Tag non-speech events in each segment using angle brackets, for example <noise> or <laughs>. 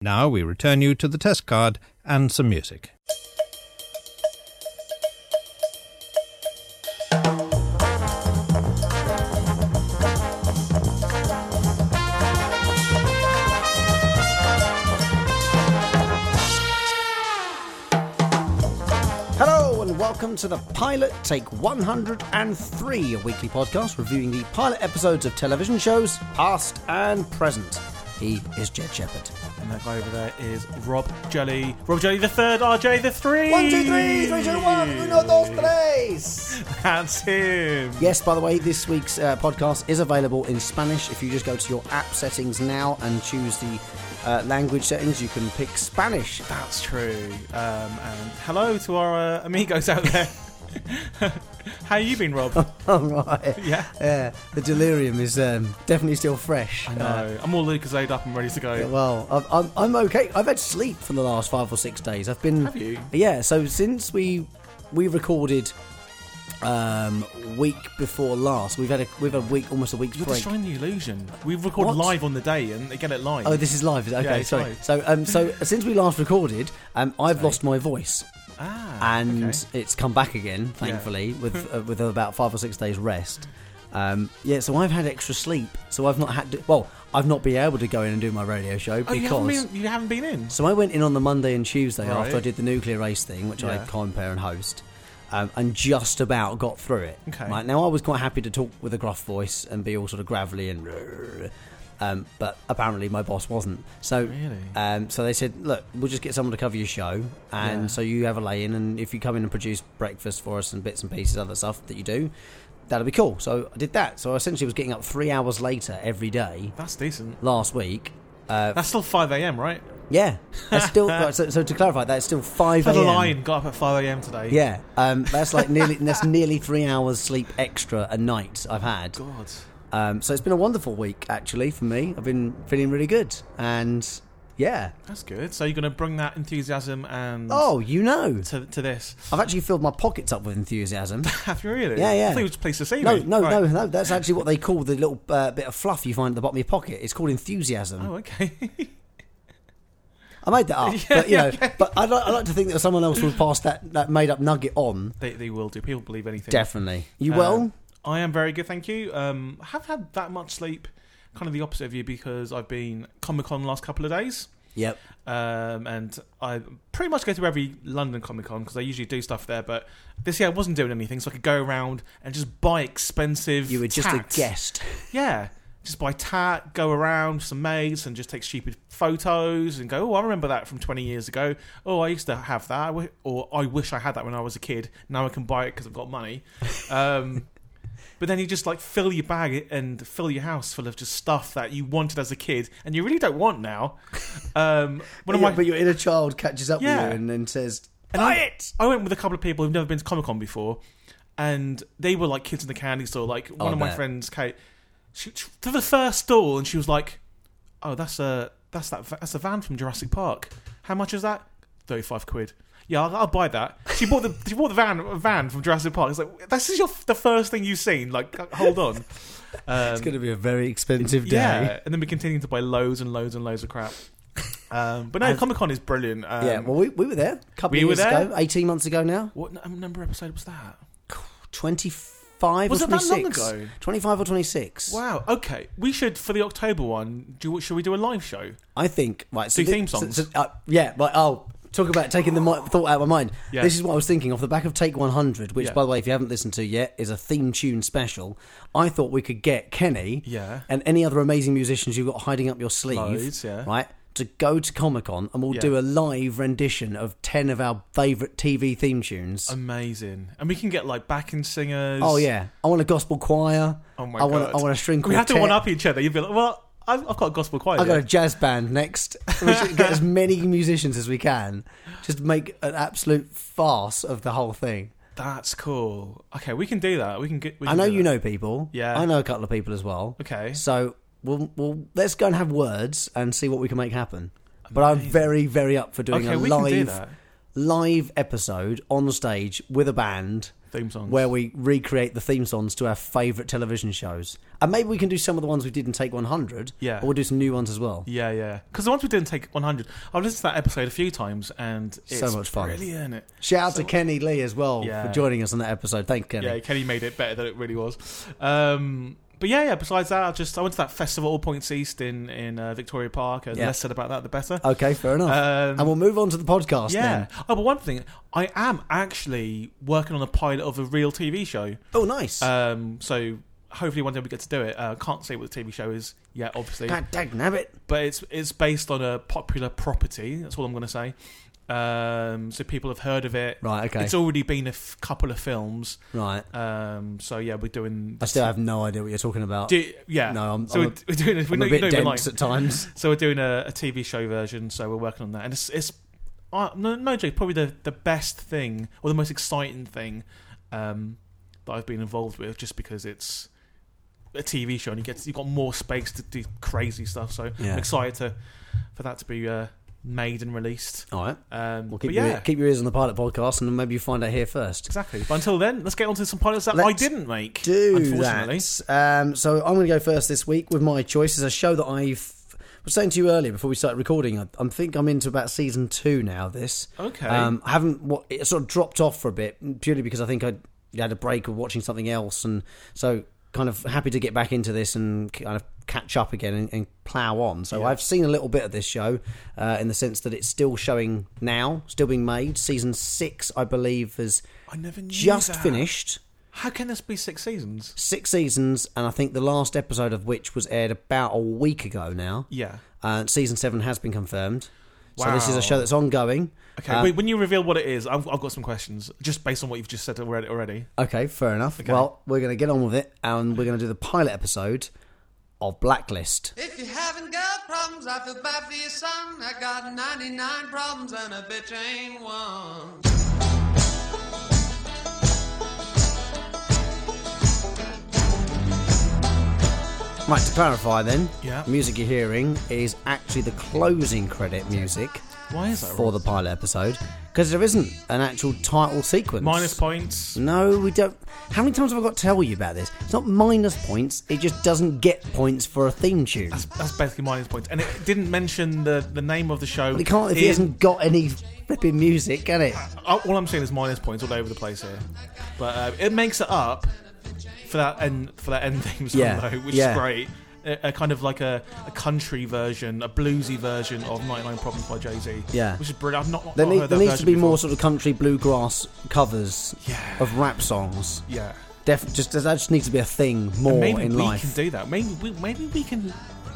Now we return you to the test card and some music. Hello and welcome to the Pilot Take 103, a weekly podcast reviewing the pilot episodes of television shows, past and present. He is Jed Shepherd. And that guy over there is Rob Jelly. Rob Jelly the third, RJ the three. One, two, three, three, two, one, uno, dos, tres. That's him. Yes, by the way, this week's uh, podcast is available in Spanish. If you just go to your app settings now and choose the uh, language settings, you can pick Spanish. <laughs> That's true. Um, and hello to our uh, amigos out there. <laughs> How you been, <laughs> Rob? All right. Yeah. Yeah, the delirium is um, definitely still fresh. I No, I'm all Lucasade up and ready to go. Uh, Yeah, well, I've, I'm, I'm okay. I've had sleep for the last five or six days. I've been. Have you? Yeah. So since we we recorded um week before last, we've had a we've had a week almost a week's You're break. destroying the illusion. We record What? live on the day and they get it live. Oh, this is live. is it? Okay, it's sorry. live. So, um, so since we last recorded, um, I've lost my voice, ah, and okay. it's come back again, thankfully, <laughs> with uh, with about five or six days rest. Um, yeah, so I've had extra sleep, so I've not had to, well, I've not been able to go in and do my radio show oh, because you haven't, been, you haven't been in. So I went in on the Monday and Tuesday Right. after I did the nuclear race thing, which I Yeah. compare and host, um, and just about got through it. Okay. Right now, I was quite happy to talk with a gruff voice and be all sort of gravelly and, um, but apparently my boss wasn't. So, Really? um, so they said, look, we'll just get someone to cover your show, and Yeah. so you have a lay in, and if you come in and produce breakfast for us and bits and pieces, other stuff that you do. That'll be cool. So I did that. So I essentially was getting up three hours later every day That's decent. last week. Uh, That's still 5 a.m., right? yeah, that's <laughs> still. right, so, so to clarify, that's still five Fed a a.m. lion got up at 5 a.m. today. Yeah, um, that's like nearly that's nearly three hours sleep extra a night I've had. God. Um, so it's been a wonderful week actually for me. I've been feeling really good, and yeah. That's good. So you're going to bring that enthusiasm and Oh, you know, to, to this. <laughs> I've actually filled my pockets up with enthusiasm. Have you really? Yeah, yeah. I thought you were just pleased to see No, me. no, Right. no, no. That's actually what they call the little uh, bit of fluff you find at the bottom of your pocket. It's called enthusiasm. Oh, okay. <laughs> I made that up, Yeah, but you know, yeah, okay. but I'd, li- I'd like to think that someone else would pass that that made up nugget on. they, they will do. People believe anything. Definitely, you Um, will. I am very good, thank you. Um, I have had that much sleep, kind of the opposite of you, because I've been Comic Con the last couple of days. Yep. Um, and I pretty much go to every London Comic Con because I usually do stuff there. But this year I wasn't doing anything, so I could go around and just buy expensive. You were just tats. a guest. Yeah. Just buy tat, go around some mates and just take stupid photos and go, oh, I remember that from 20 years ago. Oh, I used to have that. I wi- Or I wish I had that when I was a kid. Now I can buy it because I've got money. Um, but then you just like fill your bag and fill your house full of just stuff that you wanted as a kid and you really don't want now. Um, one of Yeah, my- but your inner child catches up Yeah. with you and then says, and "Buy I- it!" I went with a couple of people who've never been to Comic Con before, and they were like kids in the candy store. Like one I of my bet. friends, Kate, she, she- to the first stall, and she was like, "Oh, that's a that's that va- that's a van from Jurassic Park. How much is that? Thirty five quid." Yeah, I'll, I'll buy that. She bought the <laughs> she bought the van a van from Jurassic Park. It's like this is your the first thing you've seen. Like, <laughs> hold on. Um, It's going to be a very expensive day. Yeah, and then we continued to buy loads and loads and loads of crap. Um, but no, Comic Con is brilliant. Um, Yeah, well, we, we were there a couple We of were years there? ago, 18 months ago now. what n- number episode was that? 25 Was or it that long 26? ago? 25 or 26. Wow. Okay. We should for the October one. Do should we do a live show? I think, right. So Do thi- theme so- songs. so, uh, yeah, but I'll talk about taking the mi- thought out of my mind. Yeah. This is what I was thinking off the back of Take 100, which, Yeah. by the way, if you haven't listened to yet, is a theme tune special. I thought we could get Kenny Yeah. and any other amazing musicians you've got hiding up your sleeve, Loads, yeah. right? To go to Comic Con and we'll Yeah. do a live rendition of 10 of our favourite TV theme tunes. Amazing. And we can get like backing singers. Oh yeah, I want a gospel choir. Oh my I god. want I want a string quartet. We have to one up each other. You'd be like, well, I've, I've got a gospel choir. I got yeah. a jazz band next. <laughs> We should get as many musicians as we can. Just make an absolute farce of the whole thing. That's cool. Okay, we can do that. We can get. We I can know do you that. know people. Yeah. I know a couple of people as well. Okay. So we'll we'll let's go and have words and see what we can make happen. But I'm very very up for doing Okay, a we can do live that. live episode on stage with a band. Theme songs. where we recreate the theme songs to our favourite television shows. And maybe we can do some of the ones we did in Take 100. Yeah. But we'll do some new ones as well. Yeah, yeah. Because the ones we didn't take 100, I've listened to that episode a few times and it's So much fun. brilliant. It? Shout out to Kenny Lee as well Yeah. for joining us on that episode. Thank Kenny. Yeah, Kenny made it better than it really was. Um, but yeah, yeah. Besides that, I just I went to that festival All Points East in in uh, Victoria Park. And Yeah. The less said about that, the better. Okay, fair enough. Um, and we'll move on to the podcast yeah. then. Oh, but one thing, I am actually working on a pilot of a real TV show. Oh, nice. Um, so hopefully one day we get to do it. Uh, can't say what the TV show is yet, obviously. God damn it. but it's it's based on a popular property. That's all I'm going to say. Um, so people have heard of it. Right, okay. It's already been a f- couple of films. Right. Um, so yeah, we're doing. I still have no idea what you're talking about. Do, yeah. No, I'm- so I'm we're, we're doing. We're I'm not, a bit not even dense lying. at <laughs> times. So we're doing a, a TV show version. So we're working on that, and it's it's uh, no, no joke. Probably the the best thing or the most exciting thing um, that I've been involved with, just because it's a TV show and you get you've got more space to do crazy stuff. So Yeah. I'm excited to for that to be uh, made and released. All right. Um, Well, keep, but your, yeah, keep your ears on the pilot podcast and then maybe you find out here first. exactly. But until then, let's get on to some pilots that I Let's didn't make. do unfortunately. that. Um, so I'm going to go first this week with my choice. Is a show that I was saying to you earlier before we started recording. I, I think I'm into about season two now. of This Okay. Um, I haven't. wa- It sort of dropped off for a bit purely because I think I had a break of watching something else, and so kind of happy to get back into this and kind of catch up again and, and plow on. So I've seen a little bit of this show uh, in the sense that it's still showing now, still being made. Season six, I believe, has I never knew just that. finished How can this be six seasons? six seasons, and I think the last episode of which was aired about a week ago now. Yeah. Uh, season seven has been confirmed. So this is Wow. a show that's ongoing. Okay, Uh, wait, when you reveal what it is, I've, I've got some questions just based on what you've just said already. already. Okay, fair enough. Well, we're going to get on with it, and we're going to do the pilot episode of Blacklist. If you haven't got problems, I feel bad for your son. I got 99 problems and a bitch ain't one. Right, to clarify then, Yeah. the music you're hearing is actually the closing credit music Why is that? for the pilot episode because there isn't an actual title sequence. Minus points. No, we don't. How many times have I got to tell you about this? It's not minus points, it just doesn't get points for a theme tune. That's, that's basically minus points. And it didn't mention the, the name of the show. But it can't if it in- hasn't got any flipping music, can it? Oh, All I'm saying is minus points all over the place here. But uh, it makes it up for that end, for that end <laughs> theme song, Yeah, though, which yeah. is great. A, a kind of like a, a country version, a bluesy version of 99 Problems by Jay Z. Yeah. Which is brilliant. I've not, not There, heard need, that there needs to version be before. more sort of country bluegrass covers Yeah. of rap songs. Yeah. Def- just that just needs to be a thing more Maybe in we life. can do that. Maybe we, maybe we can.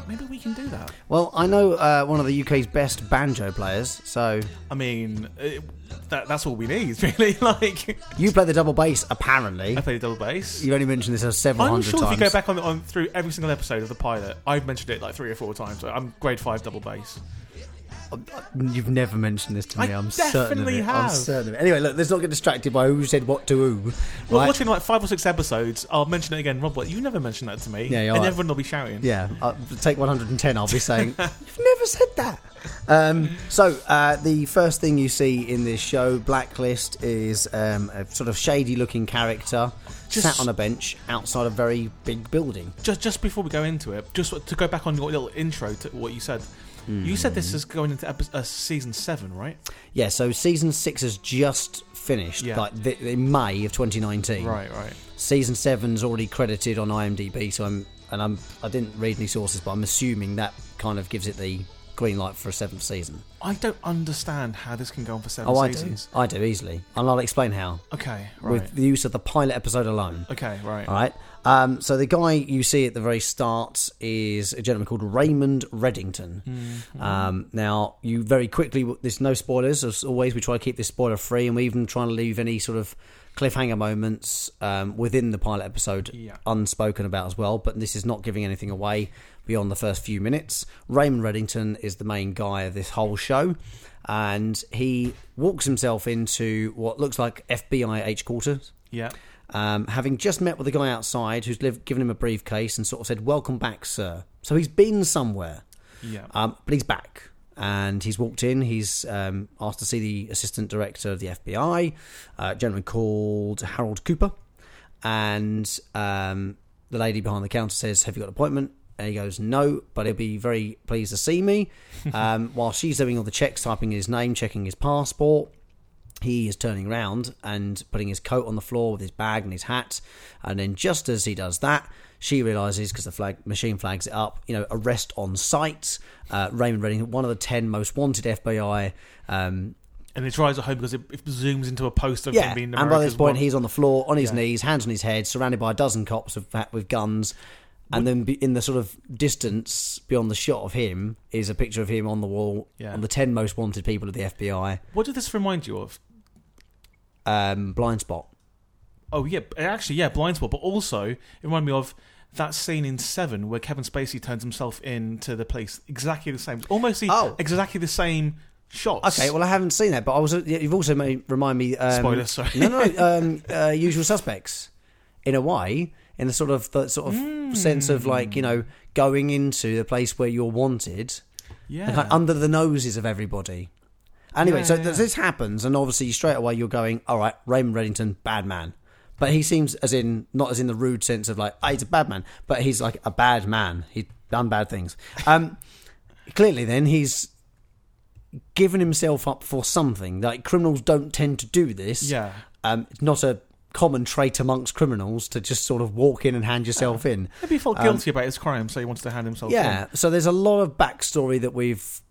Maybe we can do that. Well, I know uh, one of the UK's best banjo players, so I mean, it, that, that's all we need, <laughs> really. Like, you play the double bass. Apparently, I played double bass. you've only mentioned this several I'm hundred sure times. if you go back on, on through every single episode of the pilot, I've mentioned it like three or four times. so I'm grade five double bass. Uh, You've never mentioned this to I me. I'm certain of definitely it. I'm have. certain of it. Anyway, look, let's not get distracted by who said what to who. Well, right? watching like five or six episodes, I'll mention it again. Rob, what, you never mentioned that to me. Yeah, you're and right. everyone will be shouting. Yeah, I'll take 110. <laughs> I'll be saying, You've never said that. Um, so, uh, the first thing you see in this show, Blacklist, is um, a sort of shady looking character Just- sat on a bench outside a very big building. Just just before we go into it, just to go back on your little intro to what you said. You said Hmm. this is going into episode, uh, season seven, right? Yeah, so season six has just finished, Yeah. like th- in May of 2019. Right, right. Season seven's already credited on IMDb, so I'm. And I'm, I didn't read any sources, but I'm assuming that kind of gives it the green light for a seventh season. I don't understand how this can go on for seven Oh, I do. seasons. I do easily. And I'll explain how. Okay, right. with the use of the pilot episode alone. okay, right. All right. Um, so the guy you see at the very start is a gentleman called Raymond Reddington. Um, now you very quickly there's no spoilers as always. We try to keep this spoiler free, and we even try to leave any sort of cliffhanger moments um, within the pilot episode Yeah. unspoken about as well. But this is not giving anything away beyond the first few minutes. Raymond Reddington is the main guy of this whole show, and he walks himself into what looks like FBI headquarters Yeah. um, having just met with a guy outside who's lived, given him a briefcase and sort of said, "Welcome back, sir." So he's been somewhere, Yeah. um, but he's back, and he's walked in. He's um, asked to see the assistant director of the FBI, uh, a gentleman called Harold Cooper, and um, the lady behind the counter says, "Have you got an appointment?" And he goes, "No, but he'll be very pleased to see me." <laughs> um, while she's doing all the checks, typing his name, checking his passport, he is turning around and putting his coat on the floor with his bag and his hat. And then, just as he does that, she realizes because the flag machine flags it up, you know, arrest on sight. Uh, Raymond Redding, one of the 10 most wanted FBI. Um, And it drives it home because it, it zooms into a poster of yeah. him being And by this America's point, one. he's on the floor, on his Yeah. knees, hands on his head, surrounded by a dozen cops with, with guns. And then be- in the sort of distance beyond the shot of him is a picture of him on the wall, Yeah. on the 10 most wanted people of the FBI, What did this remind you of? um, blind spot. Oh yeah, b- actually yeah, blind spot. But also, it reminded me of that scene in Seven where Kevin Spacey turns himself into the police. Exactly the same. Almost the, Oh. exactly the same shots. Okay, well, I haven't seen that, but I was. You've also made, remind me. Um, Spoiler, sorry. No, <laughs> no. Um, uh, Usual Suspects, in a way, in the sort of the sort of sense of like you know going into the place where you're wanted, yeah. and kind of under the noses of everybody. Anyway, Yeah, so yeah, th- yeah. this happens, and obviously straight away you're going, all right, Raymond Reddington, bad man. But he seems as in not as in the rude sense of like, oh, he's a bad man, but he's like a bad man. He's done bad things. Um, <laughs> clearly, then he's given himself up for something. Like criminals don't tend to do this. Yeah. um, it's not a common trait amongst criminals to just sort of walk in and hand yourself <laughs> in. Maybe he felt guilty about his crime, so he wanted to hand himself. um, Yeah. So there's a lot of backstory that we've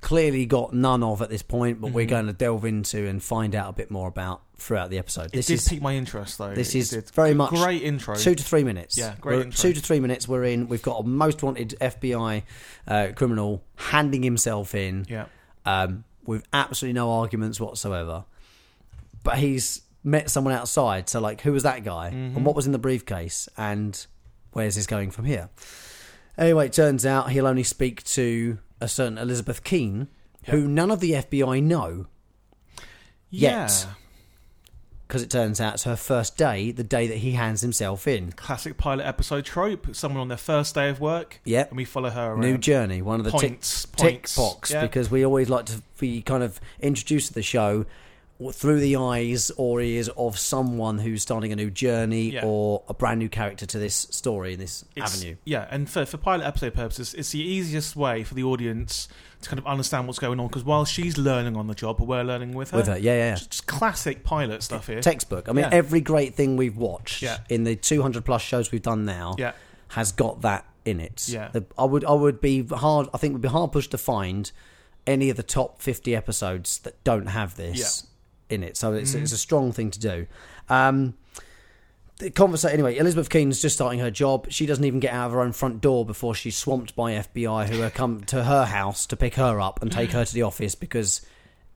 clearly got none of at this point, but we're Mm-hmm. going to delve into and find out a bit more about throughout the episode. in. It This did is pique my interest though. this It is did. very much great intro. two to three minutes. Yeah, great We're- intro. Two to three minutes. We're in. We've got a most wanted FBI uh, criminal handing himself in yeah. um, with absolutely no arguments whatsoever. But he's met someone outside. So, like, who was that guy? And what was in the briefcase? And where's this going from here? Anyway, it turns out he'll only speak to a certain Elizabeth Keane, who none of the FBI know Yeah. Yet. because it turns out it's her first day, the day that he hands himself in. Classic pilot episode trope. Someone on their first day of work. Yep. And we follow her around. New Journey, one of the tick, Points, tick points. box, Yeah. because we always like to be kind of introduced to the show through the eyes or ears of someone who's starting a new journey Yeah. or a brand new character to this story in this It's- avenue. Yeah, and for, for pilot episode purposes, it's the easiest way for the audience to kind of understand what's going on because while she's learning on the job, we're learning with her. With her, yeah, yeah, yeah. Just, just classic pilot stuff here. Textbook. I mean, Yeah. every great thing we've watched Yeah. in the 200 plus shows we've done now Yeah. has got that in it. Yeah. The- I would, I would be hard. I think would be hard pushed to find any of the top 50 episodes that don't have this in it. So Mm-hmm. it's, it's a strong thing to do. Um, the conversation anyway. Elizabeth Keene's just starting her job. She doesn't even get out of her own front door before she's swamped by FBI who are come to her house to pick her up and take her to the office because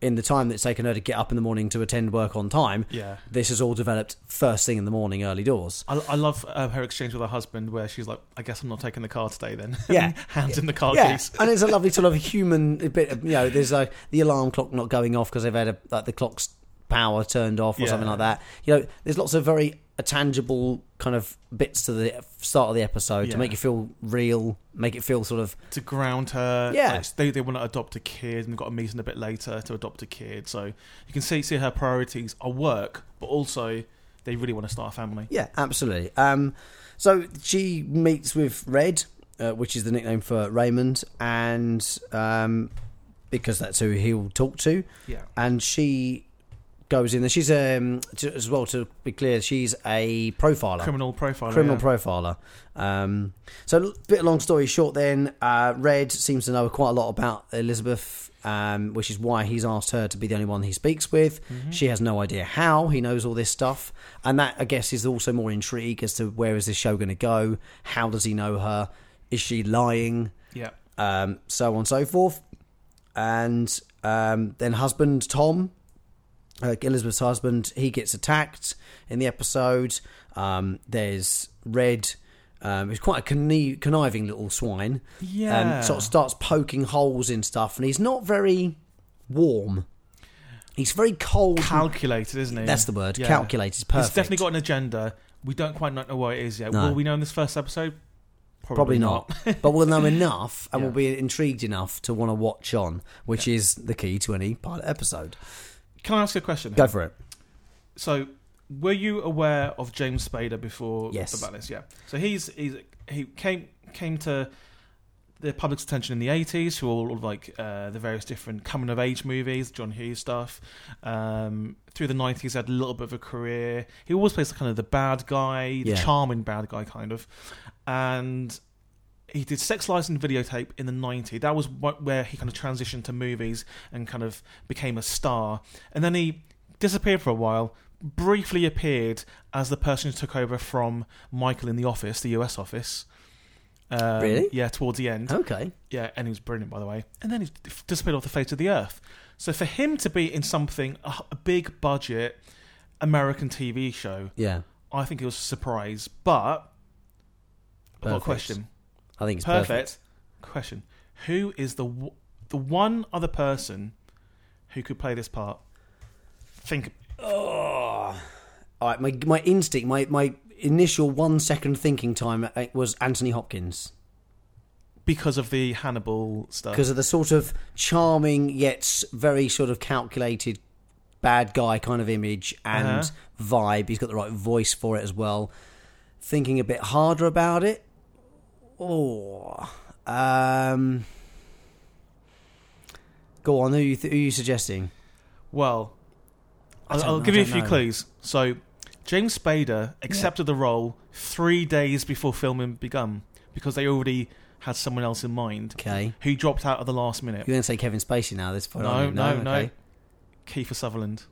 in the time that's taken her to get up in the morning to attend work on time, Yeah. this has all developed first thing in the morning, early doors. I, I love uh, her exchange with her husband where she's like, I guess I'm not taking the car today then. Yeah. <laughs> Hands in the car Yeah, keys. and it's a lovely sort of human bit. Of, you know, there's like the alarm clock not going off because they've had a, like the clock's power turned off or Yeah. something like that. You know, there's lots of very tangible kind of bits to the start of the episode Yeah. to make you feel real, make it feel sort of To ground her. Yeah. Like, they, they want to adopt a kid and they've got a meeting a bit later to adopt a kid. So you can see, see her priorities are work, but also they really want to start a family. Yeah, absolutely. Um, so she meets with Red, uh, which is the nickname for Raymond, and um, because that's who he'll talk to. Yeah. And she goes in there. She's um, to, as well to be clear, she's a profiler. Criminal profiler. Criminal yeah. profiler. Um, so, a bit long story short, then uh, Red seems to know quite a lot about Elizabeth, um, which is why he's asked her to be the only one he speaks with. Mm-hmm. She has no idea how he knows all this stuff, and that I guess is also more intrigue as to where is this show going to go? How does he know her? Is she lying? Yeah. um, so on and so forth. And um, then husband Tom, uh, Elizabeth's husband, he gets attacked in the episode. Um, there's Red, um, who's quite a conni- conniving little swine. um, Yeah. sort of starts poking holes in stuff, and he's not very warm. He's very cold. and- calculated, isn't it? That's the word. Calculated. Perfect. It's definitely got an agenda. We don't quite know what it is yet. No. Will we know in this first episode? Probably not. but we'll know enough <laughs> and we'll be intrigued enough to want to watch on, which is the key to any pilot episode. Can I ask you a question? Go for it. So, were you aware of James Spader before Yes. about this? Yeah. So he's, he's he came came to the public's attention in the eighties through all of like uh, the various different coming of age movies, John Hughes stuff. Um, through the nineties, had a little bit of a career. He always plays kind of the bad guy, Yeah. the charming bad guy, kind of, and. He did Sex Lies and Videotape in the 90s. That was wh- where he kind of transitioned to movies and kind of became a star. And then he disappeared for a while, briefly appeared as the person who took over from Michael in the office, the US office. Um, Really? Yeah, towards the end. Okay. Yeah, and he was brilliant, by the way. And then he disappeared off the face of the earth. So for him to be in something, a, a big budget American TV show, Yeah. I think it was a surprise. But I've got a Perfect. question. I think it's Perfect. perfect. Question. Who is the w- the one other person who could play this part? Think. Oh. All right. My, my instinct, my, my initial one second thinking time uh, was Anthony Hopkins. Because of the Hannibal stuff. because of the sort of charming yet very sort of calculated bad guy kind of image and Uh-huh. vibe. He's got the right voice for it as well. Thinking a bit harder about it. Oh, um, go on. Who you th- who you suggesting? Well, I I'll, don't I'll know, give I you a don't few know. clues. So, James Spader accepted the role three days before filming begun because they already had someone else in mind Okay, who dropped out at the last minute. you're going to say Kevin Spacey now. at This point, No, aren't you? no, no. okay. Kiefer Sutherland.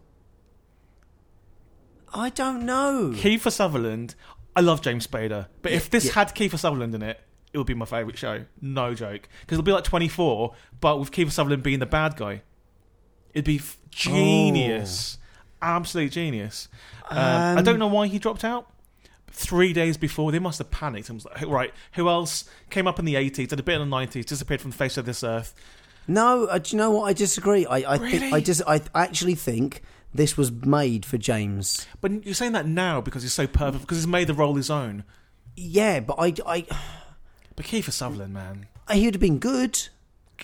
I don't know. Mm. Kiefer Sutherland. I love James Spader, but if this yeah. had Kiefer Sutherland in it, it would be my favourite show. No joke, because it'll be like 24, but with Kiefer Sutherland being the bad guy, it'd be f- genius, Oh. absolute genius. Um, I Um, don't know why he dropped out. Three days before, they must have panicked and was like, "Right, who else came up in the 80s, did a bit in the 90s, disappeared from the face of this earth?" No, uh, do you know what? I disagree. I I, think, I Really? dis- I actually think this was made for James. But you're saying that now because he's so perfect, because he's made the role his own. Yeah, but I, I, But Kiefer Sutherland, man, I- he would have been good.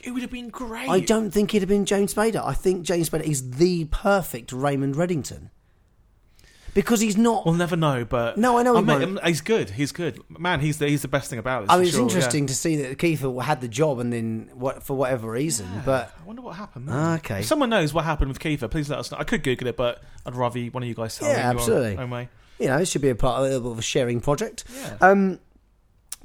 it would have been great. I don't think he'd have been James Spader. I think James Spader is the perfect Raymond Reddington because he's not. We'll never know, but No, I know he I'm- won't. I'm- he's good. He's good, man. He's the he's the best thing about this. I for mean, it's sure, yeah. interesting to see that Keith had the job and then what for whatever reason, Yeah. but I wonder what happened. Ah, there. okay. If someone knows what happened with Kiefer, please let us know. I could Google it, but I'd rather you- one of you guys tell Yeah, me. your absolutely. Own way. you know, it should be a part a little bit of a sharing project. Yeah. Um,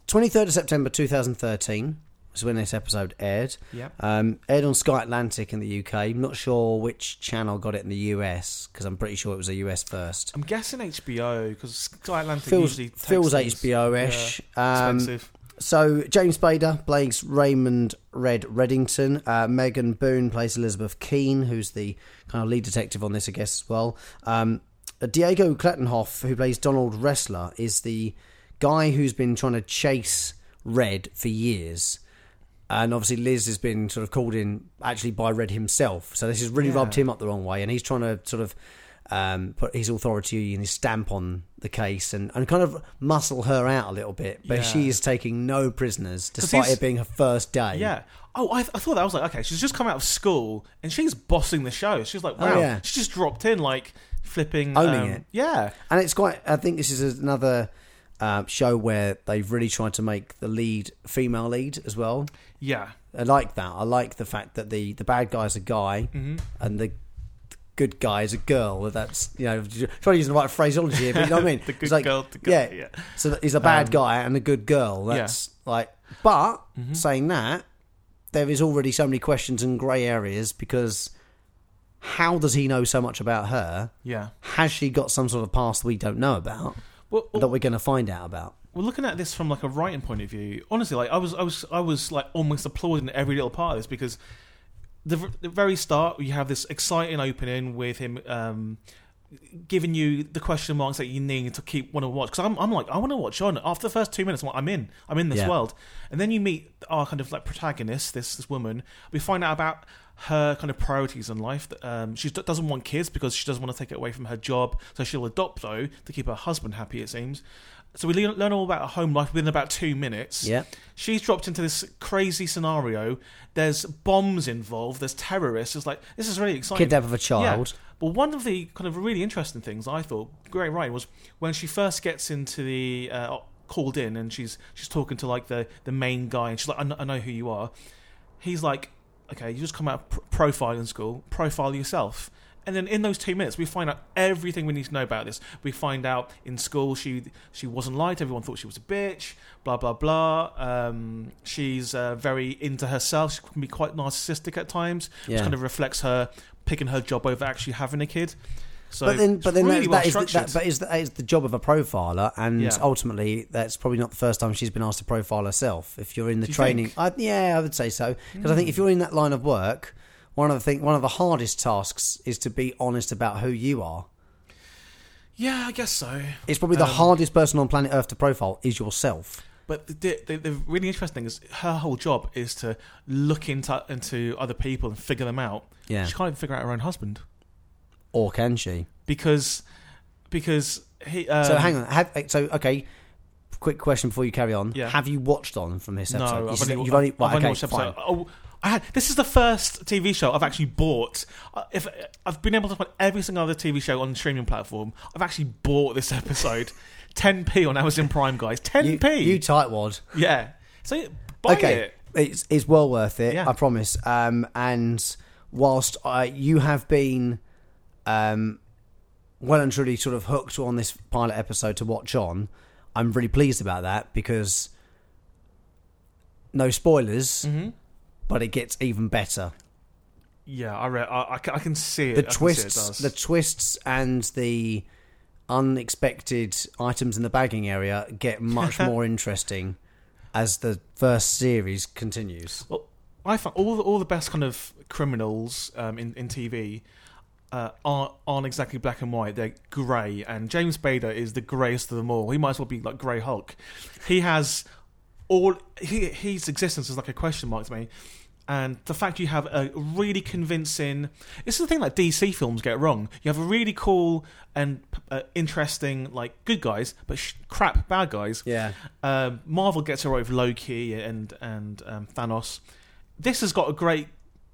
twenty third of September two thousand thirteen was when this episode aired. yeah. Um, aired on Sky Atlantic in the UK. I'm not sure which channel got it in the US because I'm pretty sure it was a US first. I'm guessing HBO because Sky Atlantic Feels, usually takes feels things HBO ish. Um, expensive. So James Spader plays Raymond Red Reddington. Uh, Megan Boone plays Elizabeth Keane, who's the kind of lead detective on this, I guess, as well. Um, uh, Diego Klettenhoff, who plays Donald Wrestler, is the guy who's been trying to chase Red for years. And obviously, Liz has been sort of called in actually by Red himself. So this has really Yeah. rubbed him up the wrong way. And he's trying to sort of um, put his authority and his stamp on the case and, and kind of muscle her out a little bit. But Yeah. she is taking no prisoners, 'Cause despite he's- it being her first day. Yeah. Oh, I, I thought that was like okay. She's just come out of school and she's bossing the show. She's like, Oh, wow. yeah. She just dropped in like flipping Owning um, it. Yeah. And it's quite, I think this is another uh, show where they've really tried to make the lead female lead as well. Yeah. I like that. I like the fact that the, the bad guy's a guy Mm-hmm. and the good guy is a girl. That's, you know, trying to use the right phraseology here, but you know what I mean? <laughs> The good It's like- girl, the girl, yeah. Um, So that he's a bad guy and a good girl. That's like, but Mm-hmm. saying that, there is already so many questions and grey areas because how does he know so much about her? Yeah. Has she got some sort of past we don't know about Well, that we're going to find out about? Well, looking at this from like a writing point of view, honestly, like I was, I was, I was like almost applauding every little part of this because the, v- the very start you have this exciting opening with him um, giving you the question marks that you need to keep want to watch. Because I'm, I'm like, I want to watch on after the first two minutes. I'm, like, I'm in, I'm in this Yeah. world, and then you meet our kind of like protagonist, this this woman. We find out about her kind of priorities in life. That, Um, she d- doesn't want kids because she doesn't want to take it away from her job, so she'll adopt though to keep her husband happy. It seems. So we le- learn all about her home life within about two minutes. Yeah. She's dropped into this crazy scenario. There's bombs involved. There's terrorists. It's like this is really exciting. Kidnap of a child. Yeah. But one of the kind of really interesting things I thought great writing was when she first gets into the uh, called in and she's she's talking to like the the main guy and she's like I kn- I know who you are. He's like, okay, you just come out of pr- profile in school, profile yourself. And then in those two minutes, we find out everything we need to know about this. We find out in school she she wasn't liked. Everyone thought she was a bitch. Blah blah blah. Um, she's uh, very into herself. She can be quite narcissistic at times, which Yeah. kind of reflects her picking her job over actually having a kid. So, But then, it's but then really well that, that, is the, structured. that, that is that is the job of a profiler, and Yeah. ultimately, that's probably not the first time she's been asked to profile herself. If you're in the Do you training, think? Hmm. I, yeah, I would say so because I think if you're in that line of work, one of the thing, one of the hardest tasks is to be honest about who you are. yeah, I guess so. It's probably the Um, hardest person on planet Earth to profile is yourself. But the, the, the really interesting thing is her whole job is to look into into other people and figure them out. Yeah, She can't even figure out her own husband or can she? because because he. Um, so hang on. Have, so okay. Quick question before you carry on. Yeah. Have you watched on from this No, episode? You I've said only, you've only, I've right, only okay, watched fine. episode. Oh, I had, this is the first TV show I've actually bought. Uh, If I've been able to find every single other TV show on the streaming platform, I've actually bought this <laughs> episode. 10p on Amazon Prime, guys. 10p. You, you tightwad. yeah. So buy okay, it. it's it's well worth it. Yeah. I promise. Um, and whilst I, you have been, um, well and truly sort of hooked on this pilot episode to watch on, I'm really pleased about that because no spoilers, Mm-hmm. but it gets even better. Yeah, I, re- I, I ca- I can see it. The I can see it does. twists, the twists, and the unexpected items in the bagging area get <laughs> much more interesting as the first series continues. Well, I find all the, all the best kind of criminals um, in in TV uh, aren't aren't exactly black and white. They're grey, and James Bader is the greyest of them all. He might as well be like Grey Hulk. He has all he, his existence is like a question mark to me. And the fact you have a really convincing. This is the thing that DC films get wrong. You have a really cool and uh, interesting, like, good guys, but sh- crap bad guys. Yeah. Um, Marvel gets away with Loki and and um, Thanos. This has got a great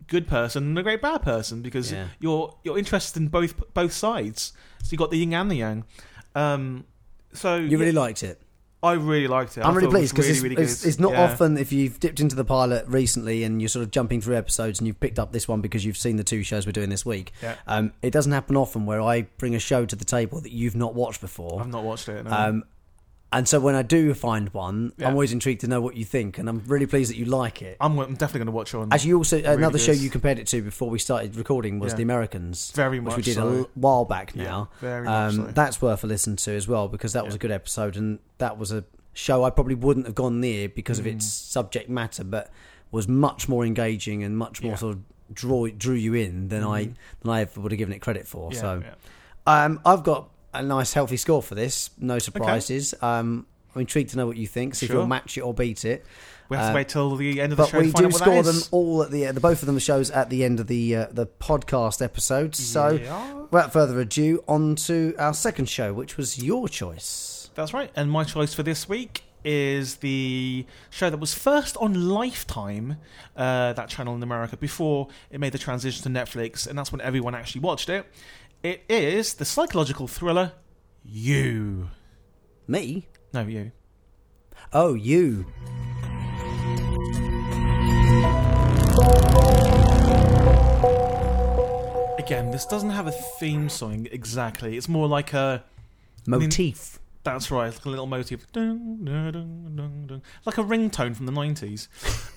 good person and a great bad person because Yeah. you're you're interested in both both sides. So you got the yin and the yang. Um, so You really liked it. I really liked it. I I'm really thought it was pleased because really, it's, really it's, good. it's not Yeah. often if you've dipped into the pilot recently and you're sort of jumping through episodes and you've picked up this one because you've seen the two shows we're doing this week. Yeah. Um, it doesn't happen often where I bring a show to the table that you've not watched before. I've not watched it. No. Um, and so when I do find one, Yeah. I'm always intrigued to know what you think, and I'm really pleased that you like it. I'm, I'm definitely going to watch it on. As you also another Um, good. show you compared it to before we started recording was Yeah. The Americans, Very which we much did a so. l- while back now. Um, very much so. That's worth a listen to as well because that was a Yeah. good episode and that was a show I probably wouldn't have gone near because of Mm. its subject matter, but was much more engaging and much more Yeah. Mm-hmm. sort of draw drew you in than I than I ever would have given it credit for. Yeah, so yeah. Um, I've got a nice healthy score for this. No surprises. Um, I'm intrigued to know what you think. See if Sure. you'll match it or beat it we have to uh, wait till the end of the but show to we find do out what that score them is. all at the, uh, the both of them shows at the end of the uh, the podcast episode. So Yeah. without further ado, on to our second show, which was your choice. That's right. And my choice for this week is the show that was first on Lifetime, uh, that channel in America, before it made the transition to Netflix, and that's when everyone actually watched it. It is the psychological thriller You. Me? No, you. Oh, you. Again, this doesn't have a theme song exactly. It's more like a. Motif. That's right, like a little motif. Dun, dun, dun, dun, dun. Like a ringtone from the 90s.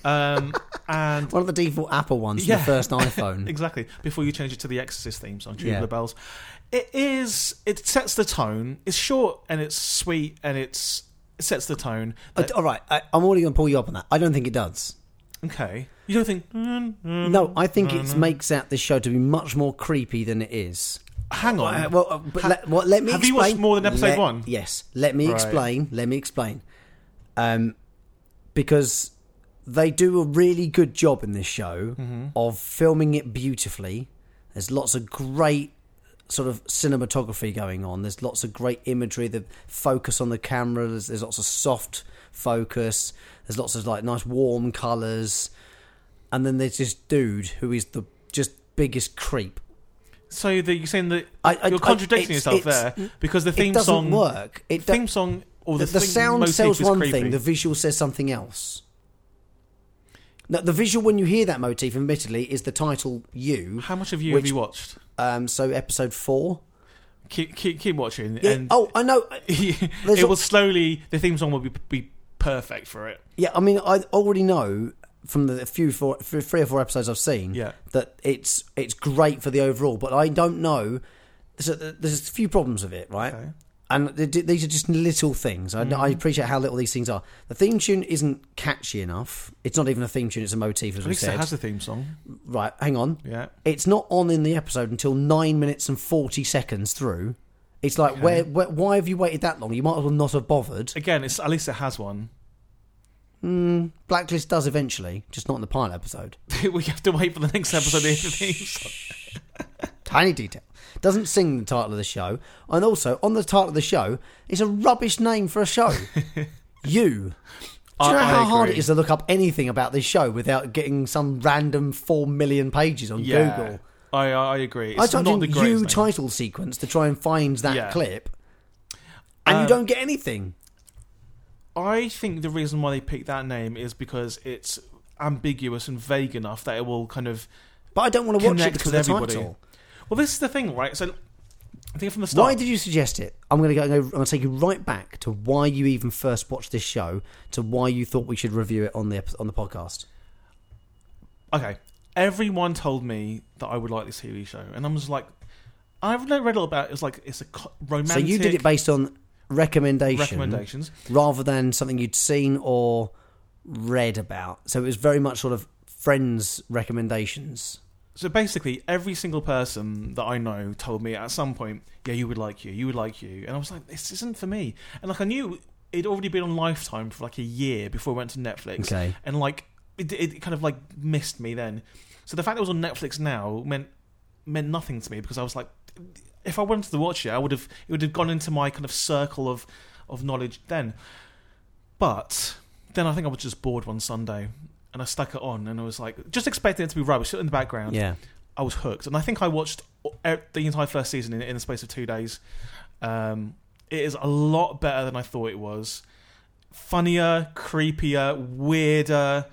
Um, and One of the default Apple ones, from Yeah. the first iPhone. <laughs> Exactly. Before you change it to the Exorcist theme song, Tubular Yeah. Bells. It is. It sets the tone. It's short and it's sweet and it's it sets the tone. Uh, all right, I, I'm already going to pull you up on that. I don't think it does. Okay. You don't think? "Mm, mm." No, I think it makes out this show to be much more creepy than it is. Hang on. Uh, well, uh, but let, well, let me have you explain. watched more than episode Let- one? Yes. Let me Right. explain. Let me explain. Um, because they do a really good job in this show of filming it beautifully. There's lots of great sort of cinematography going on. There's lots of great imagery. The focus on the camera. There's, there's lots of soft focus. There's lots of like nice warm colours. And then there's this dude who is the just biggest creep. So the, you're saying that I- I- you're contradicting I- it's- yourself it's- there because the it theme doesn't song work. It do- theme song or the, the, the thing sound motif sells is one creepy. thing, the visual says something else. No, the visual when you hear that motif, admittedly, is the title "You." How much of you which, have you watched? Um, so episode four. Keep keep, keep watching. Yeah, and oh, I know. <laughs> it al- will slowly. The theme song will be be perfect for it. Yeah, I mean, I already know from the few four, f- three or four episodes I've seen Yeah. that it's it's great for the overall, but I don't know. So th- there's a few problems with it, right? Okay. Mm-hmm. And th- th- these are just little things. I, I appreciate how little these things are. The theme tune isn't catchy enough. It's not even a theme tune; it's a motif, as At we least it said. has a theme song. Right, hang on. Yeah. It's not on in the episode until nine minutes and forty seconds through. It's like, where, where? Why have you waited that long? You might as well not have bothered. Again, it's at least it has one. Blacklist does eventually, just not in the pilot episode. <laughs> <laughs> we have to wait for the next episode to hear the theme song. Tiny detail. Doesn't sing the title of the show, and also on the title of the show, it's a rubbish name for a <laughs> show. you. Do you know I- I how hard it agree. is to look up anything about this show without getting some random four million pages on Yeah. Google? I I agree. I It's typed not in the "you" greatest. name. title sequence to try and find that Yeah. clip, and you don't get anything. I think the reason why they picked that name is because it's ambiguous and vague enough that it will kind of But I don't want to watch it connect because with of the everybody. title. Well, this is the thing, right? So I think from the start. Why did you suggest it? I'm going to go. I'm going to take you right back to why you even first watched this show, to why you thought we should review it on the ep- on the podcast. okay, everyone told me that I would like this TV show, and I was like, I've read a little about it. It's like it's a co- romantic. So you did it based on recommendation, recommendations. rather than something you'd seen or read about. So it was very much sort of friends' recommendations. So basically, every single person that I know told me at some point, "Yeah, you would like you, you would like you," and I was like, "This isn't for me." And like I knew it'd already been on Lifetime for like a year before it went to Netflix, Okay. and like it, it kind of like missed me then. So the fact that it was on Netflix now meant meant nothing to me because I was like, if I wanted to watch it, I would have it would have gone into my kind of circle of of knowledge then. But then I think I was just bored one Sunday. And I stuck it on, and I was like, just expecting it to be rubbish in the background. Yeah. I was hooked, and I think I watched e- the entire first season in, in the space of two days. Um, it is a lot better than I thought it was. Funnier, creepier, weirder,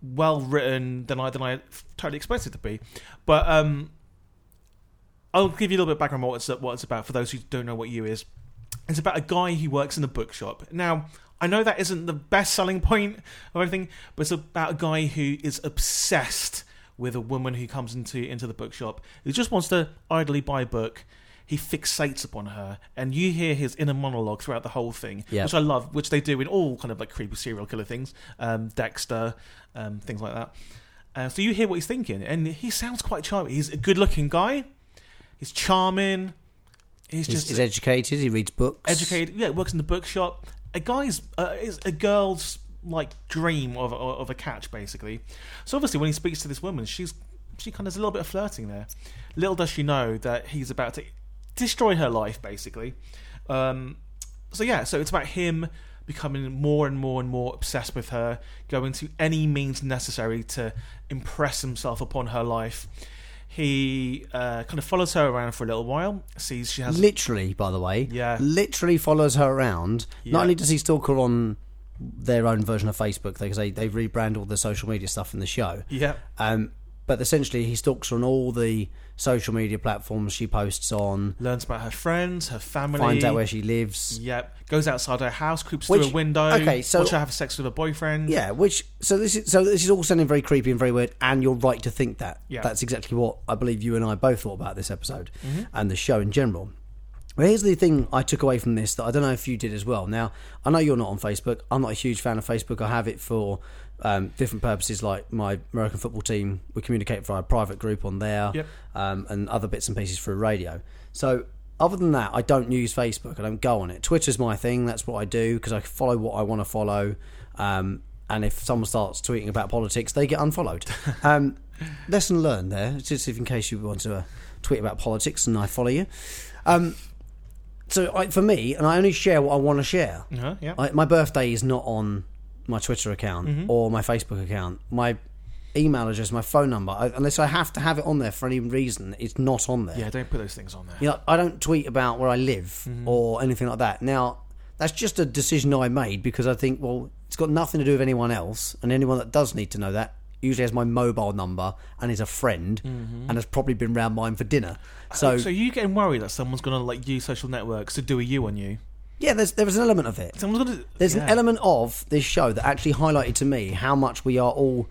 well written than I than I totally expected it to be. But um, I'll give you a little bit of background on what it's what it's about for those who don't know what you is. It's about a guy who works in a bookshop. Now, I know that isn't the best selling point of everything, but it's about a guy who is obsessed with a woman who comes into into the bookshop who just wants to idly buy a book. He fixates upon her, and you hear his inner monologue throughout the whole thing, Yeah. which I love, which they do in all kind of like creepy serial killer things, um, Dexter, um, things like that. Uh, so you hear what he's thinking, and he sounds quite charming. He's a good-looking guy. He's charming. He's He's, just he's educated. He reads books. educated. Yeah, works in the bookshop. A guy's uh, is a girl's like dream of of a catch basically. So obviously, when he speaks to this woman, she's she kind of has a little bit of flirting there. Little does she know that he's about to destroy her life basically. Um, so yeah, so it's about him becoming more and more and more obsessed with her, going to any means necessary to impress himself upon her life. He uh, kind of follows her around for a little while, sees she has Literally, by the way. Yeah. Literally follows her around. Yeah. Not only does he stalk her on their own version of Facebook, because they, they rebrand all the social media stuff in the show. yeah. Um, but essentially, he stalks her on all the social media platforms she posts on, learns about her friends, her family. finds out where she lives. Yep. Goes outside her house, creeps Which- through a window. okay, so- watch her have sex with her boyfriend. Yeah, which so this is so this is all sounding very creepy and very weird, and you're right to think that. Yeah. That's exactly what I believe you and I both thought about this episode Mm-hmm. and the show in general. But here's the thing I took away from this that I don't know if you did as well. Now I know you're not on Facebook. I'm not a huge fan of Facebook. I have it for um, different purposes, like my American football team. We communicate via a private group on there, Yep. um, and other bits and pieces through radio. So other than that, I don't use Facebook. I don't go on it. Twitter's my thing. That's what I do because I follow what I want to follow. Um, and if someone starts tweeting about politics, they get <laughs> unfollowed. Um, lesson learned there, just if in case you want to uh, tweet about politics and I follow you. Um, so I, for me, and I only share what I want to share. Uh-huh, yeah. I, my birthday is not on my Twitter account Mm-hmm. or my Facebook account. My email address, my phone number, I, unless I have to have it on there for any reason, it's not on there. yeah, Mm-hmm. don't put those things on there. You know, I don't tweet about where I live or anything like that. Now, that's just a decision I made because I think, well, it's got nothing to do with anyone else, and anyone that does need to know that usually has my mobile number and is a friend and has probably been round mine for dinner. So, Mm-hmm. Uh, So you getting worried that someone's going to like use social networks to do a you on you? yeah, there's there was an element of it. Someone's going to. There's an element of this show that actually highlighted to me how much we are all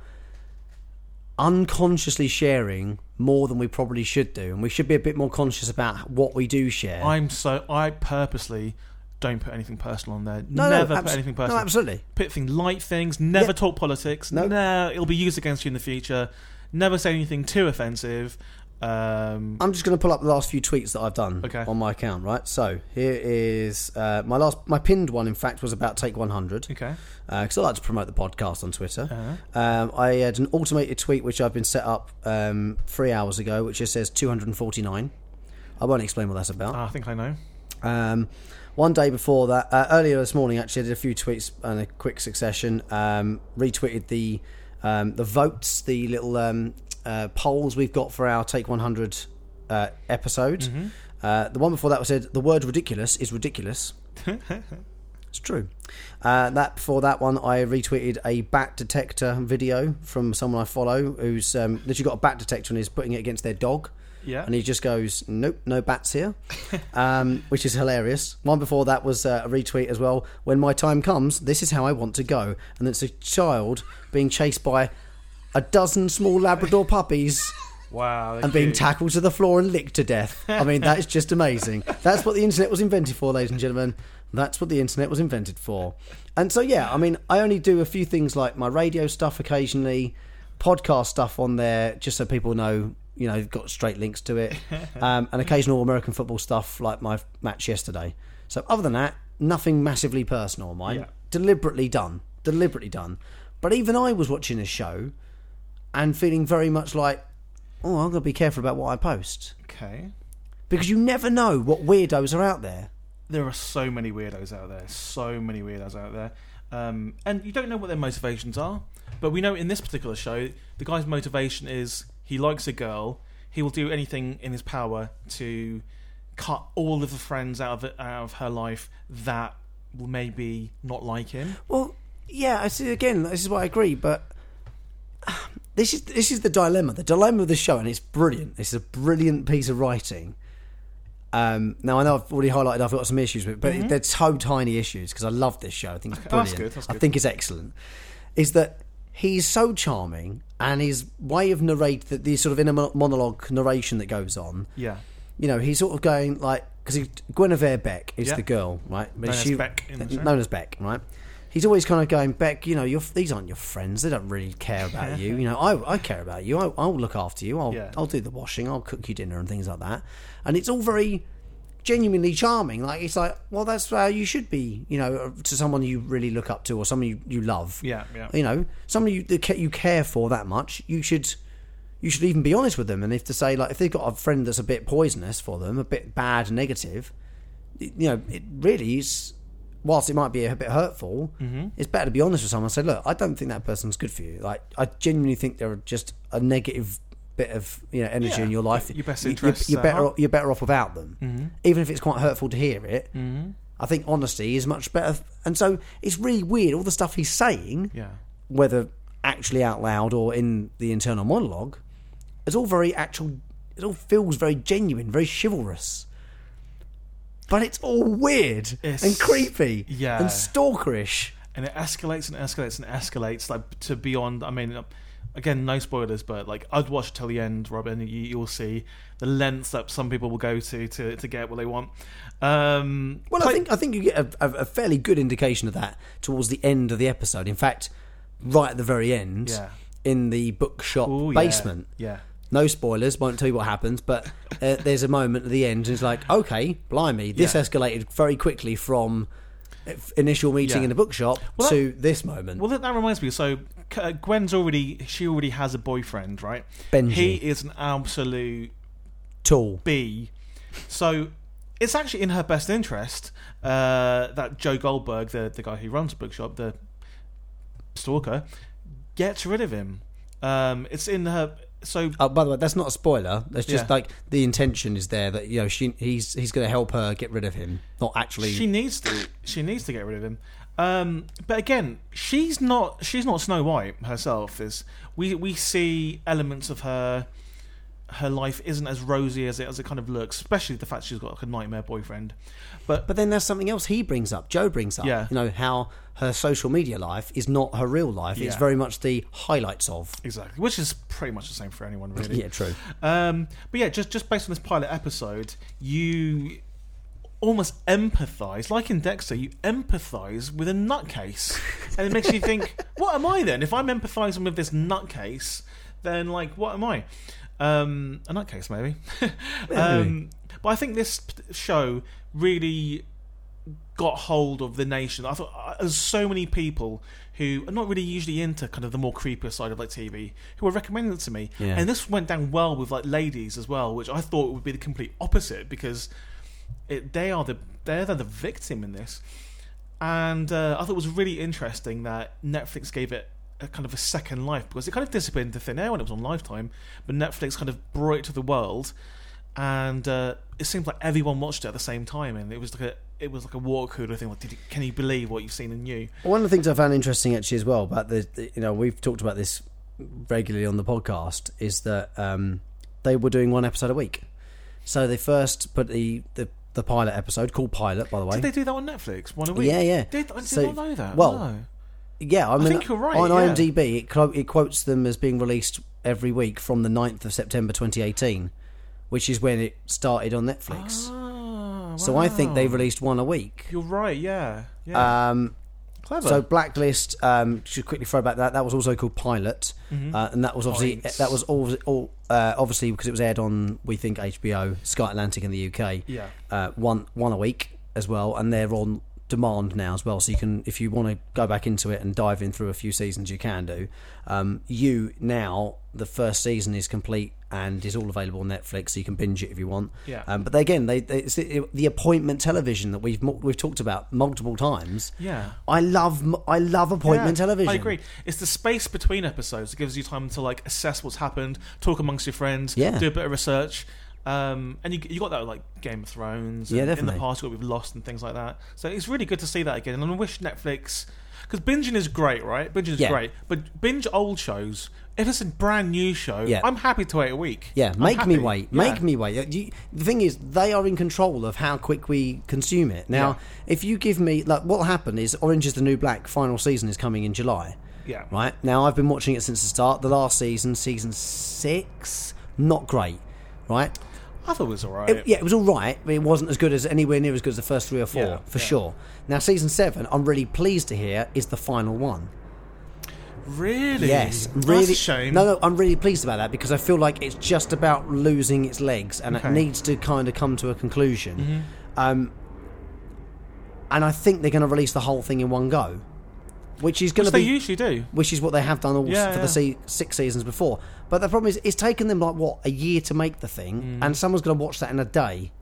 unconsciously sharing more than we probably should do, and we should be a bit more conscious about what we do share. I'm so I purposely don't put anything personal on there. no, never abso- put anything no, personal. absolutely. Put things light things. Never Yeah. talk politics. No. No. it'll be used against you in the future. Never say anything too offensive. Um, I'm just going to pull up the last few tweets that I've done Okay. on my account, right? So here is uh, my last, my pinned one. In fact, was about Take 100 okay. Uh-huh. because I like to promote the podcast on Twitter. Um, I had an automated tweet which I've been set up um, three hours ago, which just says 249. I won't explain what that's about. Ah, I think I know. <laughs> Um, one day before that, uh, earlier this morning, actually, I did a few tweets in a quick succession. Um, retweeted the um, the votes, the little um, uh, polls we've got for our Take 100 uh, episode. Uh, the one before that was said, the word ridiculous is ridiculous. It's true. Uh, that before that one, I retweeted a bat detector video from someone I follow who's um, literally got a bat detector and is putting it against their dog. Yeah. And he just goes, "Nope, no bats here," <laughs> um, which is hilarious. One before that was uh, a retweet as well. When my time comes, this is how I want to go, and it's a child being chased by a dozen small Labrador puppies Wow. and being tackled to the floor and licked to death. I mean, that is just amazing. That's what the internet was invented for, ladies and gentlemen. That's what the internet was invented for. And so, yeah, I mean, I only do a few things like my radio stuff occasionally, podcast stuff on there, just so people know, you know, you've got straight links to it, um, and occasional American football stuff like my match yesterday. So, other than that, nothing massively personal on mine. Yeah. Deliberately done. Deliberately done. But even I was watching a show and feeling very much like, oh, I'm going to be careful about what I post okay. because you never know what weirdos are out there. there are so many weirdos out there, so many weirdos out there, um, and you don't know what their motivations are. But we know in this particular show, the guy's motivation is he likes a girl. He will do anything in his power to cut all of the friends out of out of her life that will maybe not like him. Well, yeah, I see. Again, this is why I agree, but <sighs> ah, this is this is the dilemma, the dilemma of the show, and it's brilliant. This is a brilliant piece of writing. Um, now I know I've already highlighted I've got some issues with, it, but they're so tiny issues because I love this show. I think it's Mm-hmm. oh, that's brilliant. good, that's I good. think it's excellent. Is that he's so charming, and his way of narrate the, the sort of inner mon- monologue narration that goes on Yeah, you know, he's sort of going like because Guinevere Beck is Yeah. the girl, right? But Known as Beck in the show. known as Beck, right? He's always kind of going, Beck. You know, your these aren't your friends. They don't really care about <laughs> you. You know, I, I care about you. I, I'll look after you. I'll Yeah. I'll do the washing. I'll cook you dinner and things like that. And it's all very genuinely charming. Like it's like, well, that's how you should be. You know, uh, to someone you really look up to or someone you, you love. Yeah, yeah. You know, someone you that ca- you care for that much, you should you should even be honest with them. And if to say like if they've got a friend that's a bit poisonous for them, a bit bad, negative, y- you know, it really is. Whilst it might be a bit hurtful, Mm-hmm. it's better to be honest with someone. and Say, look, I don't think that person's good for you. Like, I genuinely think they're just a negative bit of you know energy Yeah, in your life. your best You- you- interests You're, at better. heart. You're better off without them, Mm-hmm. even if it's quite hurtful to hear it. mm I think honesty is much better. And so it's really weird all the stuff he's saying yeah. whether actually out loud or in the internal monologue, it's all very actual. It all feels very genuine, very chivalrous. But it's all weird It's- and creepy yeah. and stalkerish. and it escalates and escalates and escalates like to beyond i mean again no spoilers but like i'd watch till the end robin you, you'll see the lengths that some people will go to to, to get what they want um Well, I think I think you get a, a, a fairly good indication of that towards the end of the episode. In fact, right at the very end, Yeah. in the bookshop ooh, yeah, basement. yeah, No spoilers, won't tell you what happens, but uh, there's a moment at the end, and it's like, okay, blimey, this Yeah. escalated very quickly from f- initial meeting Yeah. in the bookshop Well, to this moment. Well, that, that reminds me. So K- uh, Gwen's already she already has a boyfriend, right? Benji. He is an absolute Tall. B. So it's actually in her best interest uh, that Joe Goldberg, the, the guy who runs the bookshop, the stalker, gets rid of him. Um, it's in her. So Oh, by the way, that's not a spoiler. That's just Yeah. like the intention is there that you know she he's he's going to help her get rid of him, not actually. she needs to. She needs to get rid of him. Um, but again, she's not. She's not Snow White herself. Is we we see elements of her. Her life isn't as rosy as it as it kind of looks, especially the fact she's got like a nightmare boyfriend. But But then there's something else he brings up. Joe brings up. Yeah. You know how her social media life is not her real life. It's Yeah. very much the highlights of. exactly, which is pretty much the same for anyone, really. Yeah, true. Um, but yeah, just just based on this pilot episode, you almost empathise, like in Dexter, you empathise with a nutcase, and it makes you think, what am I then? If I'm empathising with this nutcase, then like, what am I? Um, a nutcase, maybe. <laughs> um, but I think this p- show really got hold of the nation. I thought uh, there's so many people who are not really usually into kind of the more creepier side of like TV who were recommending it to me, Yeah. and this went down well with like ladies as well, which I thought would be the complete opposite because it, they are the they're the victim in this, and uh, I thought it was really interesting that Netflix gave it. A kind of a second life because it kind of disappeared into thin air when it was on Lifetime, but Netflix kind of brought it to the world, and uh, it seemed like everyone watched it at the same time, and it was like a it was like a water cooler thing. Like, did you, can you believe what you've seen and knew? One of the things I found interesting actually as well about the, the- you know we've talked about this regularly on the podcast is that um, they were doing one episode a week, so they first put the the, the pilot episode called pilot by the way. Did they do that on Netflix one a week? Yeah, yeah. Did, I did So- not know that. well, no. Yeah, I mean, think you're right, On yeah. IMDb, it, clo- it quotes them as being released every week from the 9th of September 2018, which is when it started on Netflix. Ah, so I think they wow. released one a week. You're right. Yeah. Yeah. Um, Clever. so Blacklist, um, should quickly throw back that that was also called Pilot, Mm-hmm. uh, and that was obviously Pints. that was all, all uh, obviously because it was aired on we think HBO, Sky Atlantic in the UK. Yeah. uh, one one a week as well, and they're on demand now as well. So you can, if you want to go back into it and dive in through a few seasons, you can do. Um, you now the first season is complete and is all available on Netflix, so you can binge it if you want. Yeah. Um, but they, again, they, they it's the, the appointment television that we've mo- we've talked about multiple times. yeah. I love m- I love appointment Yeah, television. I agree. It's the space between episodes. It gives you time to like assess what's happened, talk amongst your friends, Yeah. do a bit of research. Um, and you, you got that with, like Game of Thrones, Yeah, and in the definitely. past what we've lost and things like that. So it's really good to see that again. And I wish Netflix, because binging is great, right? Binging is Yeah. great, but binge old shows. If it's a brand new show, Yeah. I'm happy to wait a week. Yeah, I'm make me happy. wait. Yeah. Make me wait. You- the thing is, they are in control of how quick we consume it. Now, if you give me like what happened is Orange is the New Black final season is coming in July. Yeah. Right now, I've been watching it since the start. The last season, season six, not great. Right. I thought it was alright. It- yeah, it was all right, but it wasn't as good as anywhere near as good as the first three or four Yeah, for yeah. sure. Now, season seven, I'm really pleased to hear is the final one. Really? Yes, I'm That's really. a shame. No, no, I'm really pleased about that because I feel like it's just about losing its legs and it Okay. Mm-hmm. needs to kind of come to a conclusion. Um, and I think they're going to release the whole thing in one go, which is going Which to they be, usually do. which is what they have done all s- Yeah, for yeah. the se- six seasons before. But the problem is, it's taken them like what a year to make the thing, and someone's going to watch that in a day.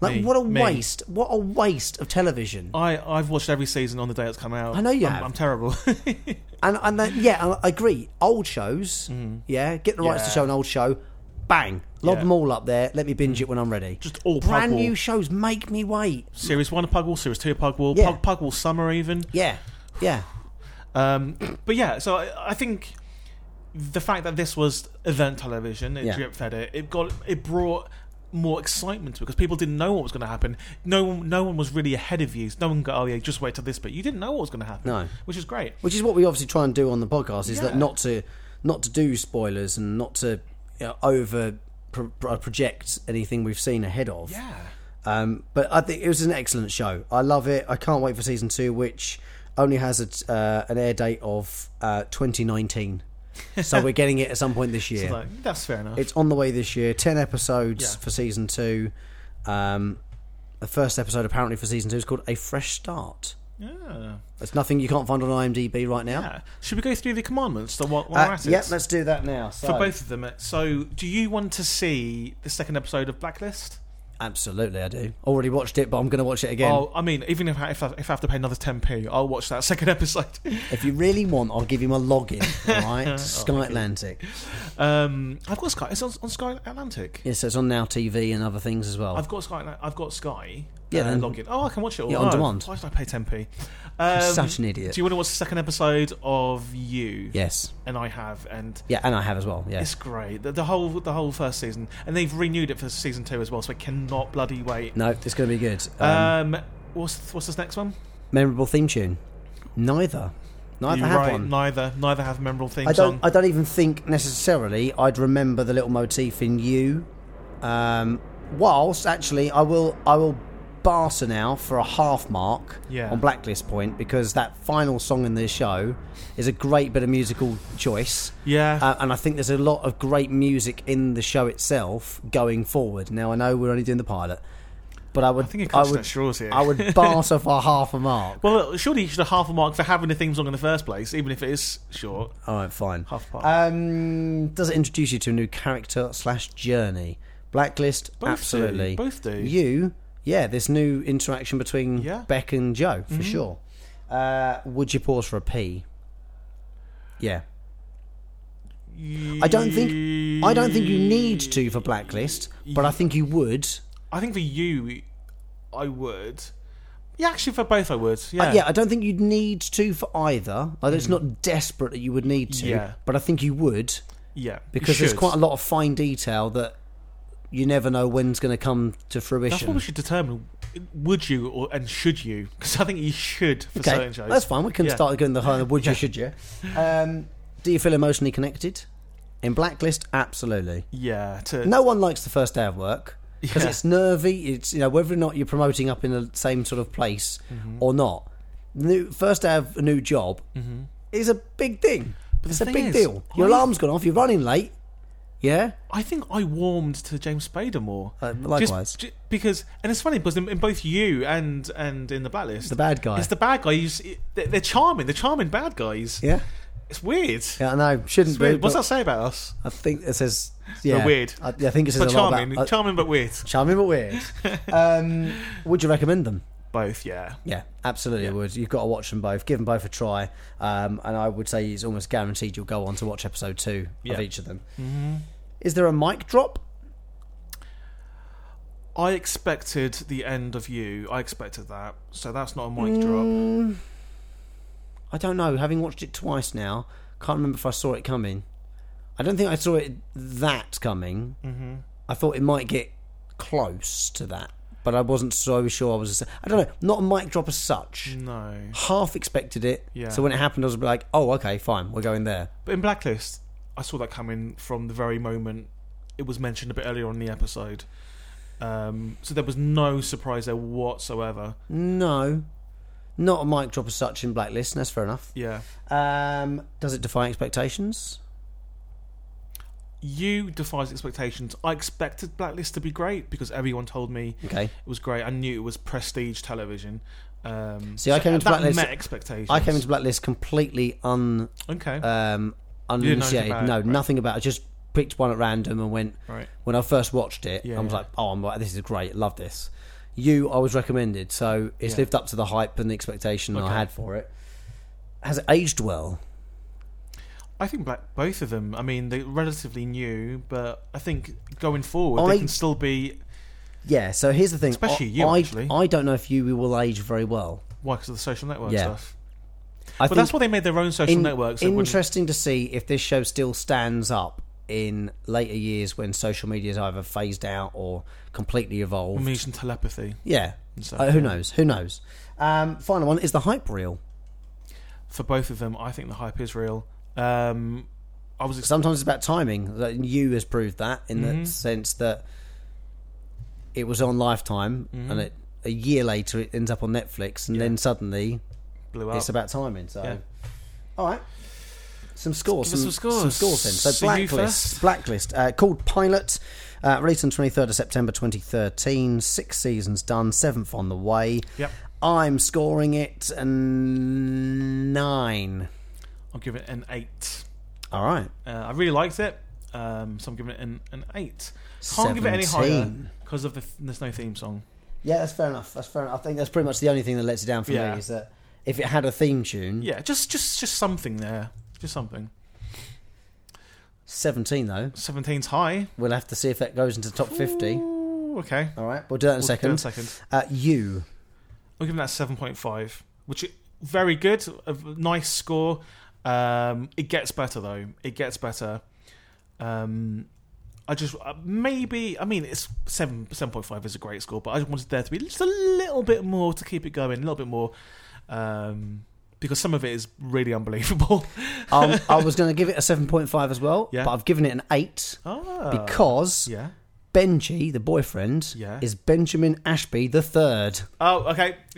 Like Mm. Me, what a me. waste! What a waste of television. I I've watched every season on the day it's come out. I know you I'm, have. I'm terrible. <laughs> And and that, yeah, I agree. Old shows, yeah, get the rights to Mm. Yeah. show an old show, bang, lob Yeah. Mm. them all up there. Let me binge it when I'm ready. Just all brand Pugwall. new shows make me wait. Series one of Pugwall, Series two of Pugwall, Yeah. Pug, Pugwall Summer even. Yeah, yeah, Um, but yeah, so I, I think the fact that this was event television, it Yeah. drip fed it. It got it brought more excitement to it because people didn't know what was going to happen. No one, no one was really ahead of you. No one got, oh yeah, just wait till this bit. You didn't know what was going to happen. No. which is great. which is what we obviously try and do on the podcast is that Yeah. not to not to do spoilers and not to you know, over pro- pro- project anything we've seen ahead of. Yeah, Um, but I think it was an excellent show. I love it. I can't wait for season two, which only has a t- uh, an air date of uh, 2019. so we're getting it at some <laughs> point this year. It's like, that's fair enough. it's on the way this year. Ten episodes Yeah. for season two. Um, the first episode apparently for season two is called "A Fresh Start." Yeah. There's nothing you can't find on IMDb right now. yeah. Should we go through the commandments? The one, one Uh, assets? yep, let's do that now. So. for both of them. So, do you want to see the second episode of Blacklist? Absolutely, I do. Already watched it, but I'm going to watch it again. Oh, I mean, even if I, if, I, if I have to pay another 10p, I'll watch that <laughs> second episode. If you really want, I'll give you my <laughs> login. All right, Sky Atlantic. Um, I've got Sky. It's on, on Sky Atlantic. Yeah, so it's on Now TV and other things as well. I've got Sky. Atla- I've got Sky. Yeah, uh, then- login. Oh, I can watch it all. Yeah, on Oh, demand. Why did I pay 10p? Um, such an idiot. Do you want to watch the second episode of You? yes. And I have, and Yeah, and I have as well. Yeah. it's great. The, the whole the whole first season, and they've renewed it for season two as well. So I cannot bloody wait. No, it's going to be good. Um, Um, what's what's this next one? memorable theme tune. Neither. Neither You're have right, one. Neither neither have memorable theme I song. don't. I don't even think necessarily I'd remember the little motif in you. Um, whilst actually, I will. I will barter now for a half mark Yeah. on blacklist point because that final song in the show is a great bit of musical choice. yeah. Uh, and I think there's a lot of great music in the show itself going forward. Now I know we're only doing the pilot, but I would I think it I cuts would that short here. I <laughs> would barter for half a mark. well, look, surely you should have half a mark for having the theme song in the first place, even if it is short. All right, fine. Half mark. Um, does it introduce you to a new character slash journey? Blacklist, Both do. absolutely. Both do. You, yeah. This new interaction between Yeah. Mm-hmm. Beck and Joe for sure. Uh, would you pause for a pee? Yeah. I don't think I don't think you need to for blacklist, but I think you would. I think for you, I would. Yeah, actually, for both, I would. Yeah. Uh, Mm-hmm. Yeah, I don't think you'd need to for either. Like, It's not desperate that you would need to, Yeah. but I think you would Yeah, you because there's should. quite a lot of fine detail that you never know when's going to come to That's what fruition. we should determine. Would you or and should you? Because I think you should for okay, certain shows. that's fine. We can Yeah. start going the higher would you should you. Um, do you feel emotionally connected? In blacklist, absolutely. Yeah. To, No one likes the first day of work because Yeah. it's nervy. It's you know whether or not you're promoting up in the same sort of place Mm-hmm. or not. New first day of a new job is a big thing. Mm-hmm. the it's a thing big is, deal. Your I- alarm's gone off. You're running late. Yeah, I think I warmed to James Spader more. Uh, likewise. Just- ju- because and it's funny because in, in both you and and in the blacklist, the bad guy. it's the bad guys. They're, they're charming. They're charming bad guys. yeah, It's weird. yeah. I know. Shouldn't It's be. weird. What's but that say about us? I think it says. Yeah, weird. I, I think it says But a lot charming, about. uh, charming but weird. charming but <laughs> weird. um, would you recommend them? Both, yeah. Yeah, absolutely it would. You've got to watch them both. Give them both a try. Um, and I would say it's almost guaranteed you'll go on to watch episode two of Yeah. each of them. Mm-hmm. Is there a mic drop? I expected the end of you. I expected that, so that's not a mic Mm. drop. I don't know. Having watched it twice now, can't remember if I saw it coming. I don't think I saw it that coming. Mm-hmm. I thought it might get close to that, but I wasn't so sure. I was. I don't know. Not a mic drop as such. No, Half expected it. Yeah. So when it happened, I was like, "Oh, okay, fine. We're going there." but in Blacklist, I saw that coming from the very moment it was mentioned a bit earlier on in the episode. Um, so there was no surprise there whatsoever. Mm. No, not a mic drop as such in Blacklist. And that's fair enough. Yeah, Um, does it defy expectations? you defies expectations. I expected Blacklist to be great because everyone told me Okay. it was great. I knew it was prestige television. Um, See, I so came into that Blacklist- met expectations. I came into Blacklist completely un okay, um, didn't know anything uninitiated. about it, no, right. nothing about it. I just picked one at random and went. right. When I first watched it, Yeah, I was yeah. like, "Oh, I'm like, this is great. Love this." You, I was recommended, so it's Yeah. lived up to the hype and the expectation Okay. I had for it. Has it aged well? I think black, both of them. I mean, they're relatively new, but I think going forward, I- they can still be. Yeah. So here's the thing. Especially I, you, I, actually. I don't know if you will age very well. Why? Because of the social network Yeah. stuff. I But that's why they made their own social In- networks. That wouldn't- interesting to see if this show still stands up in later years when social media's either phased out or completely evolved. Malaysian telepathy. yeah. So, Uh, who yeah. knows? Who knows? Um, final one is the hype reel. For both of them, I think the hype is real. Um, I was ex- Sometimes it's about timing. Like, You has proved that in Mm-hmm. the sense that it was on Lifetime Mm-hmm. and it, a year later it ends up on Netflix and then suddenly blew up. it's about timing. So, Yeah. all right, some scores, Give us some, some some scores. scores then. So, So you Blacklist, first. Blacklist, uh, called Pilot, uh, released on twenty third of September twenty thirteen. Six seasons done, seventh on the way. Yep. I'm scoring it a nine. I'll give it an eight. All right. Uh, I really liked it, um, so I'm giving it an, an eight. Can't give it any higher 17. because of the f- there's no theme song. Yeah, that's fair enough. That's fair enough. I think that's pretty much the only thing that lets it down for Yeah. me is that if it had a theme tune, Yeah, just just just something there, just something. 17 though, 17's high. we'll have to see if that goes into the top 50. Ooh, okay. All right, we'll do that in a We'll second. do it in a second. Uh, you. We're giving that seven point five, which is very good, a nice score. Um, it gets better though. It gets better. Um, I just uh, maybe I mean it's seven seven point five is a great score, but I just wanted there to be just a little bit more to keep it going, a little bit more, um, because some of it is really unbelievable. <laughs> Um, I was going to give it a 7.5 as well, Yeah. but I've given it an 8 ah, because yeah. Benji, the boyfriend, Yeah. is Benjamin Ashby the third. Oh, okay. <laughs>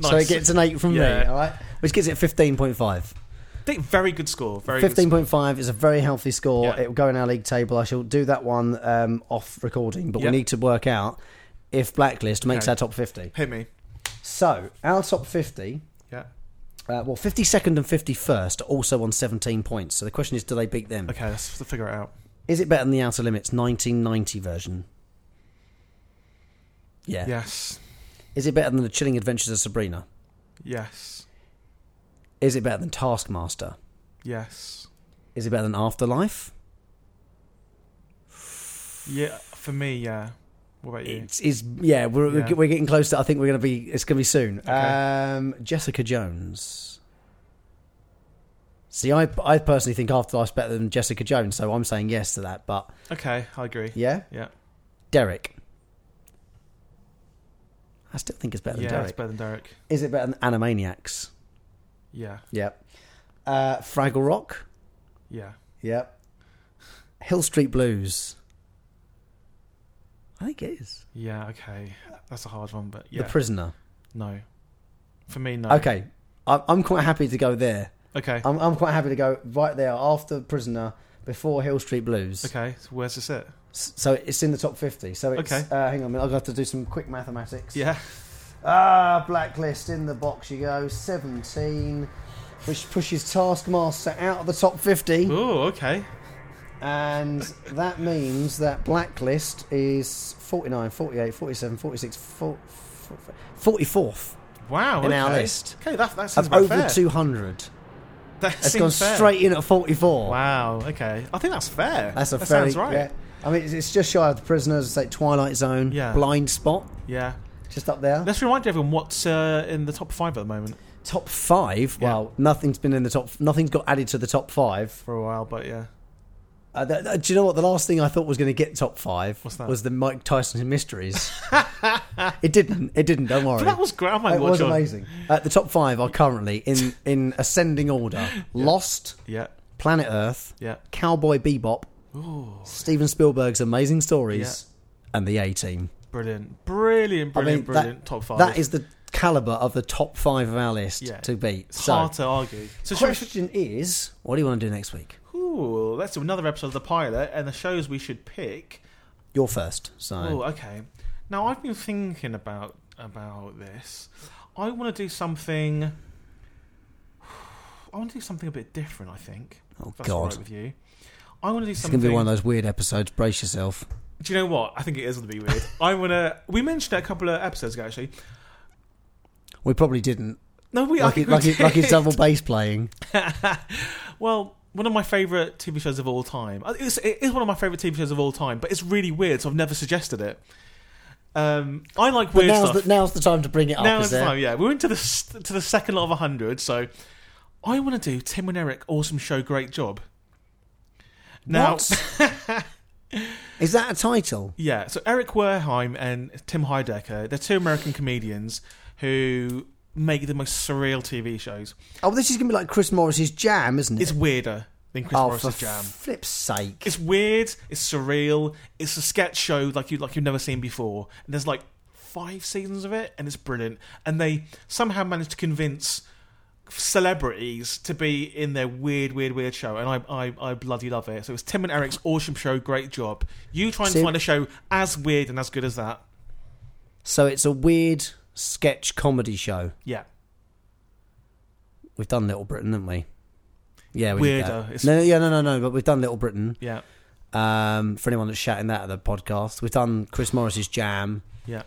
nice. So it gets an 8 from me, Yeah. all right? Which gives it 15.5. Think very good score. Very Fifteen Good point five is a very healthy score. Yeah. It will go in our league table. I shall do that one um, off recording, but Yep. we need to work out if Blacklist makes Okay. our top fifty. score. Hit me. So our top fifty, Yeah. uh, well, fifty second and fifty first are also on seventeen points. So the question is, do they beat them? Okay, let's f- figure it out. Is it better than the Outer Limits nineteen ninety version? Yeah. Yes. Is it better than the Chilling Adventures of Sabrina? Yes. Is it better than Taskmaster? Yes. Is it better than Afterlife? Yeah, for me, yeah. What about you? It's, it's yeah, we're, we're Yeah. get- we're getting close to. I think we're going to be. It's going to be soon. Um, Jessica Jones. See, I I personally think Afterlife's better than Jessica Jones, so I'm saying yes to that. But Okay, I agree. yeah, Yeah, Derek. I still think it's better yeah, than Derek. it's better than Derek. Is it better than Animaniacs? Yeah, Yep. Uh, Fraggle Rock. yeah. Yep. Hill Street Blues. I think it is. Yeah, okay. That's a hard one, but yeah. The Prisoner. no. For me, no. Okay. Um, I'm I'm quite happy to go there. Okay. I'm, I'm quite happy to go right there after Prisoner, before Hill Street Blues. okay, so where's this at? S- So it's in the top 50. So it's, Okay. uh, hang on a minute, I've got to do some quick mathematics. Yeah. Ah, Blacklist in the box you go, 17, which pushes Taskmaster out of the top 50. Oh, okay. And that means that Blacklist is 49, 48, 47, 46, 40, 44th Wow. in okay. our list. Okay, that, that seems of about over fair. 200. That It's seems gone fair. straight in at 44. Wow, okay. I think that's fair. That's a that very sounds right. yeah. I mean, it's- it's just shy of the prisoners. It's like Twilight Zone, Yeah. Blind Spot, Yeah. just up there. Let's remind everyone what's uh, in the top five at the moment top five. Yeah. Well, nothing's been in the top. Nothing's got added to the top five. for a while, but yeah. Uh, th- th- do you know what? The last thing I thought was going to get top five What's that? was the Mike Tyson mysteries. <laughs> it didn't. It didn't. Don't worry. But that was oh great. I might it watch was on- amazing. Uh, the top five are currently in in ascending <laughs> order: Lost, Yeah, Planet Earth, yeah. Cowboy Bebop, Ooh. Steven Spielberg's Amazing Stories, and the A Team. Brilliant, brilliant, brilliant, that- brilliant. top five. That is the caliber of the top five of our list Yeah. to beat. It's so, hard to argue. So the should we- question is, what do you want to do next week? Ooh, let's do another episode of the pilot and the shows we should pick. You're first. So, Oh, okay. Now I've been thinking about about this. I want to do something. <sighs> I want to do something a bit different. I think. Oh, if that's all God. right with you. I want to do it's something. going to be one of those weird episodes. Brace yourself. Do you know what? I think it is going to be <laughs> weird. I want to. We mentioned it a couple of episodes ago, actually. We probably didn't. No, we. I Lucky, think we lucky, did. lucky <laughs> double bass playing. well, one of my favourite TV shows of all time. Uh, It's, it is one of my favourite TV shows of all time, but it's really weird, so I've never suggested it. Um, I like But weird now's stuff. the, now's the time to bring it up, now is is the there? time, yeah. We're into the s- to the second lot of hundred, so I want to do Tim and Eric. Awesome show, great job. Now, What? <laughs> is that a title? yeah. So Eric Werheim and Tim Heidecker, they're two American comedians who make the most surreal TV shows. Oh, this is going to be like Chris Morris's Jam, isn't it? It's weirder than Chris oh, Morris's for Jam. flip's sake. It's weird. It's surreal. It's a sketch show like you like you've never seen before. And there's like five seasons of it, and it's brilliant. And they somehow managed to convince celebrities to be in their weird, weird, weird show. And I, I, I bloody love it. So it's Tim and Eric's awesome show. Great job. You try and See- find a show as weird and as good as that. So it's a weird sketch comedy show. Yeah. We've done Little Britain, haven't we? Yeah, we did Weirdo. that. It's- No, no, yeah, no, no, no. But we've done Little Britain. Yeah. Um, for anyone that's shouting that at the podcast, we've done Chris Morris's Jam, Yeah.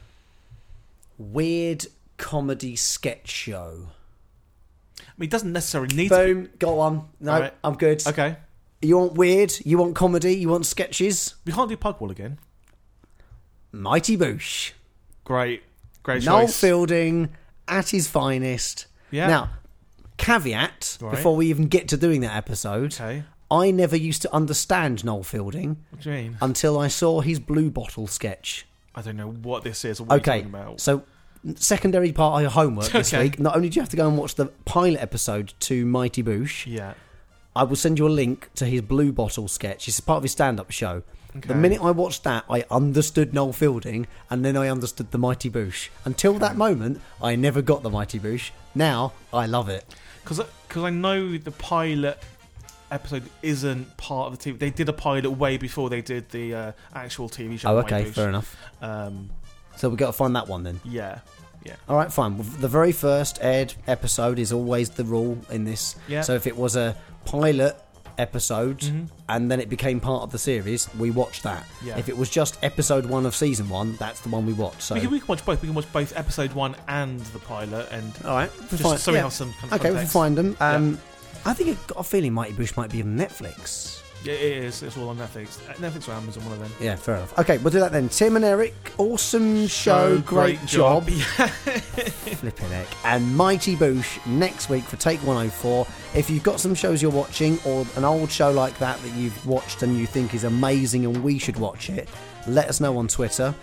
weird comedy sketch show. I mean, it doesn't necessarily need to Boom, got one. No, All right. I'm good. be. Okay. You want weird? You want comedy? You want sketches? We can't do Pugwall again. Mighty Boosh. Great. Great Noel choice. Fielding at his finest. Yeah. Now, caveat Right. before we even get to doing that episode, Okay. I never used to understand Noel Fielding What do you mean? until I saw his blue bottle sketch. I don't know what this is or what you're Okay, talking about. so secondary part of your homework this Okay. week. Not only do you have to go and watch the pilot episode to Mighty Boosh, yeah. I will send you a link to his blue bottle sketch. It's part of his stand-up show. Okay. The minute I watched that, I understood Noel Fielding, and then I understood the Mighty Boosh. Until that moment, I never got the Mighty Boosh. Now I love it. Because I know the pilot episode isn't part of the TV. They did a pilot way before they did the uh, actual TV show. Oh, White okay, Boots. fair enough. Um, So we got to find that one then. yeah. Yeah. All right, fine. Well, The very first Ed episode is always the rule in this. Yeah. Mm-hmm. So if it was a pilot episode and then it became part of the series, we watch that. Yeah. If it was just episode one of season one, that's the one we watch. So We can, we can watch both. We can watch both episode one and the pilot, and all right, just fine. so we Yeah. have some kind of Okay, we can context. find them. Um, I think I've got a feeling Mighty Bush might be on Netflix. Yeah, it is. It's all on Netflix. Uh, Netflix or Amazon, one of them. Yeah, fair enough. Okay, we'll do that then. Tim and Eric, awesome show, great, job. <laughs> Flipping heck. And Mighty Boosh next week for Take 104. If you've got some shows you're watching or an old show like that that you've watched and you think is amazing and we should watch it, let us know on Twitter.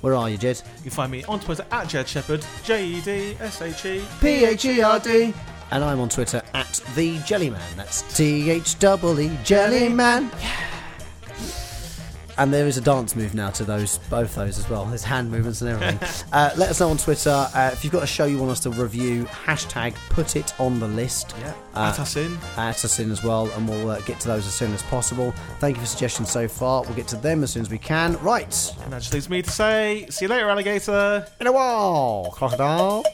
Where are you, Jed? You can find me on Twitter at Jed Shepherd, J E D S H E. P H E R D. And I'm on Twitter at the Jellyman. That's T H E E Jellyman. And there is a dance move now to those, both those as well. There's hand movements and <laughs> everything. uh, let us know on Twitter uh, if you've got a show you want us to review. Hashtag put it on the list. Yeah. Uh, At us in. at us in as well, and we'll uh, get to those as soon as possible. Thank you for suggestions so far. We'll get to them as soon as we can. Right, And that just leaves me to say, see you later, alligator. in a while, crocodile.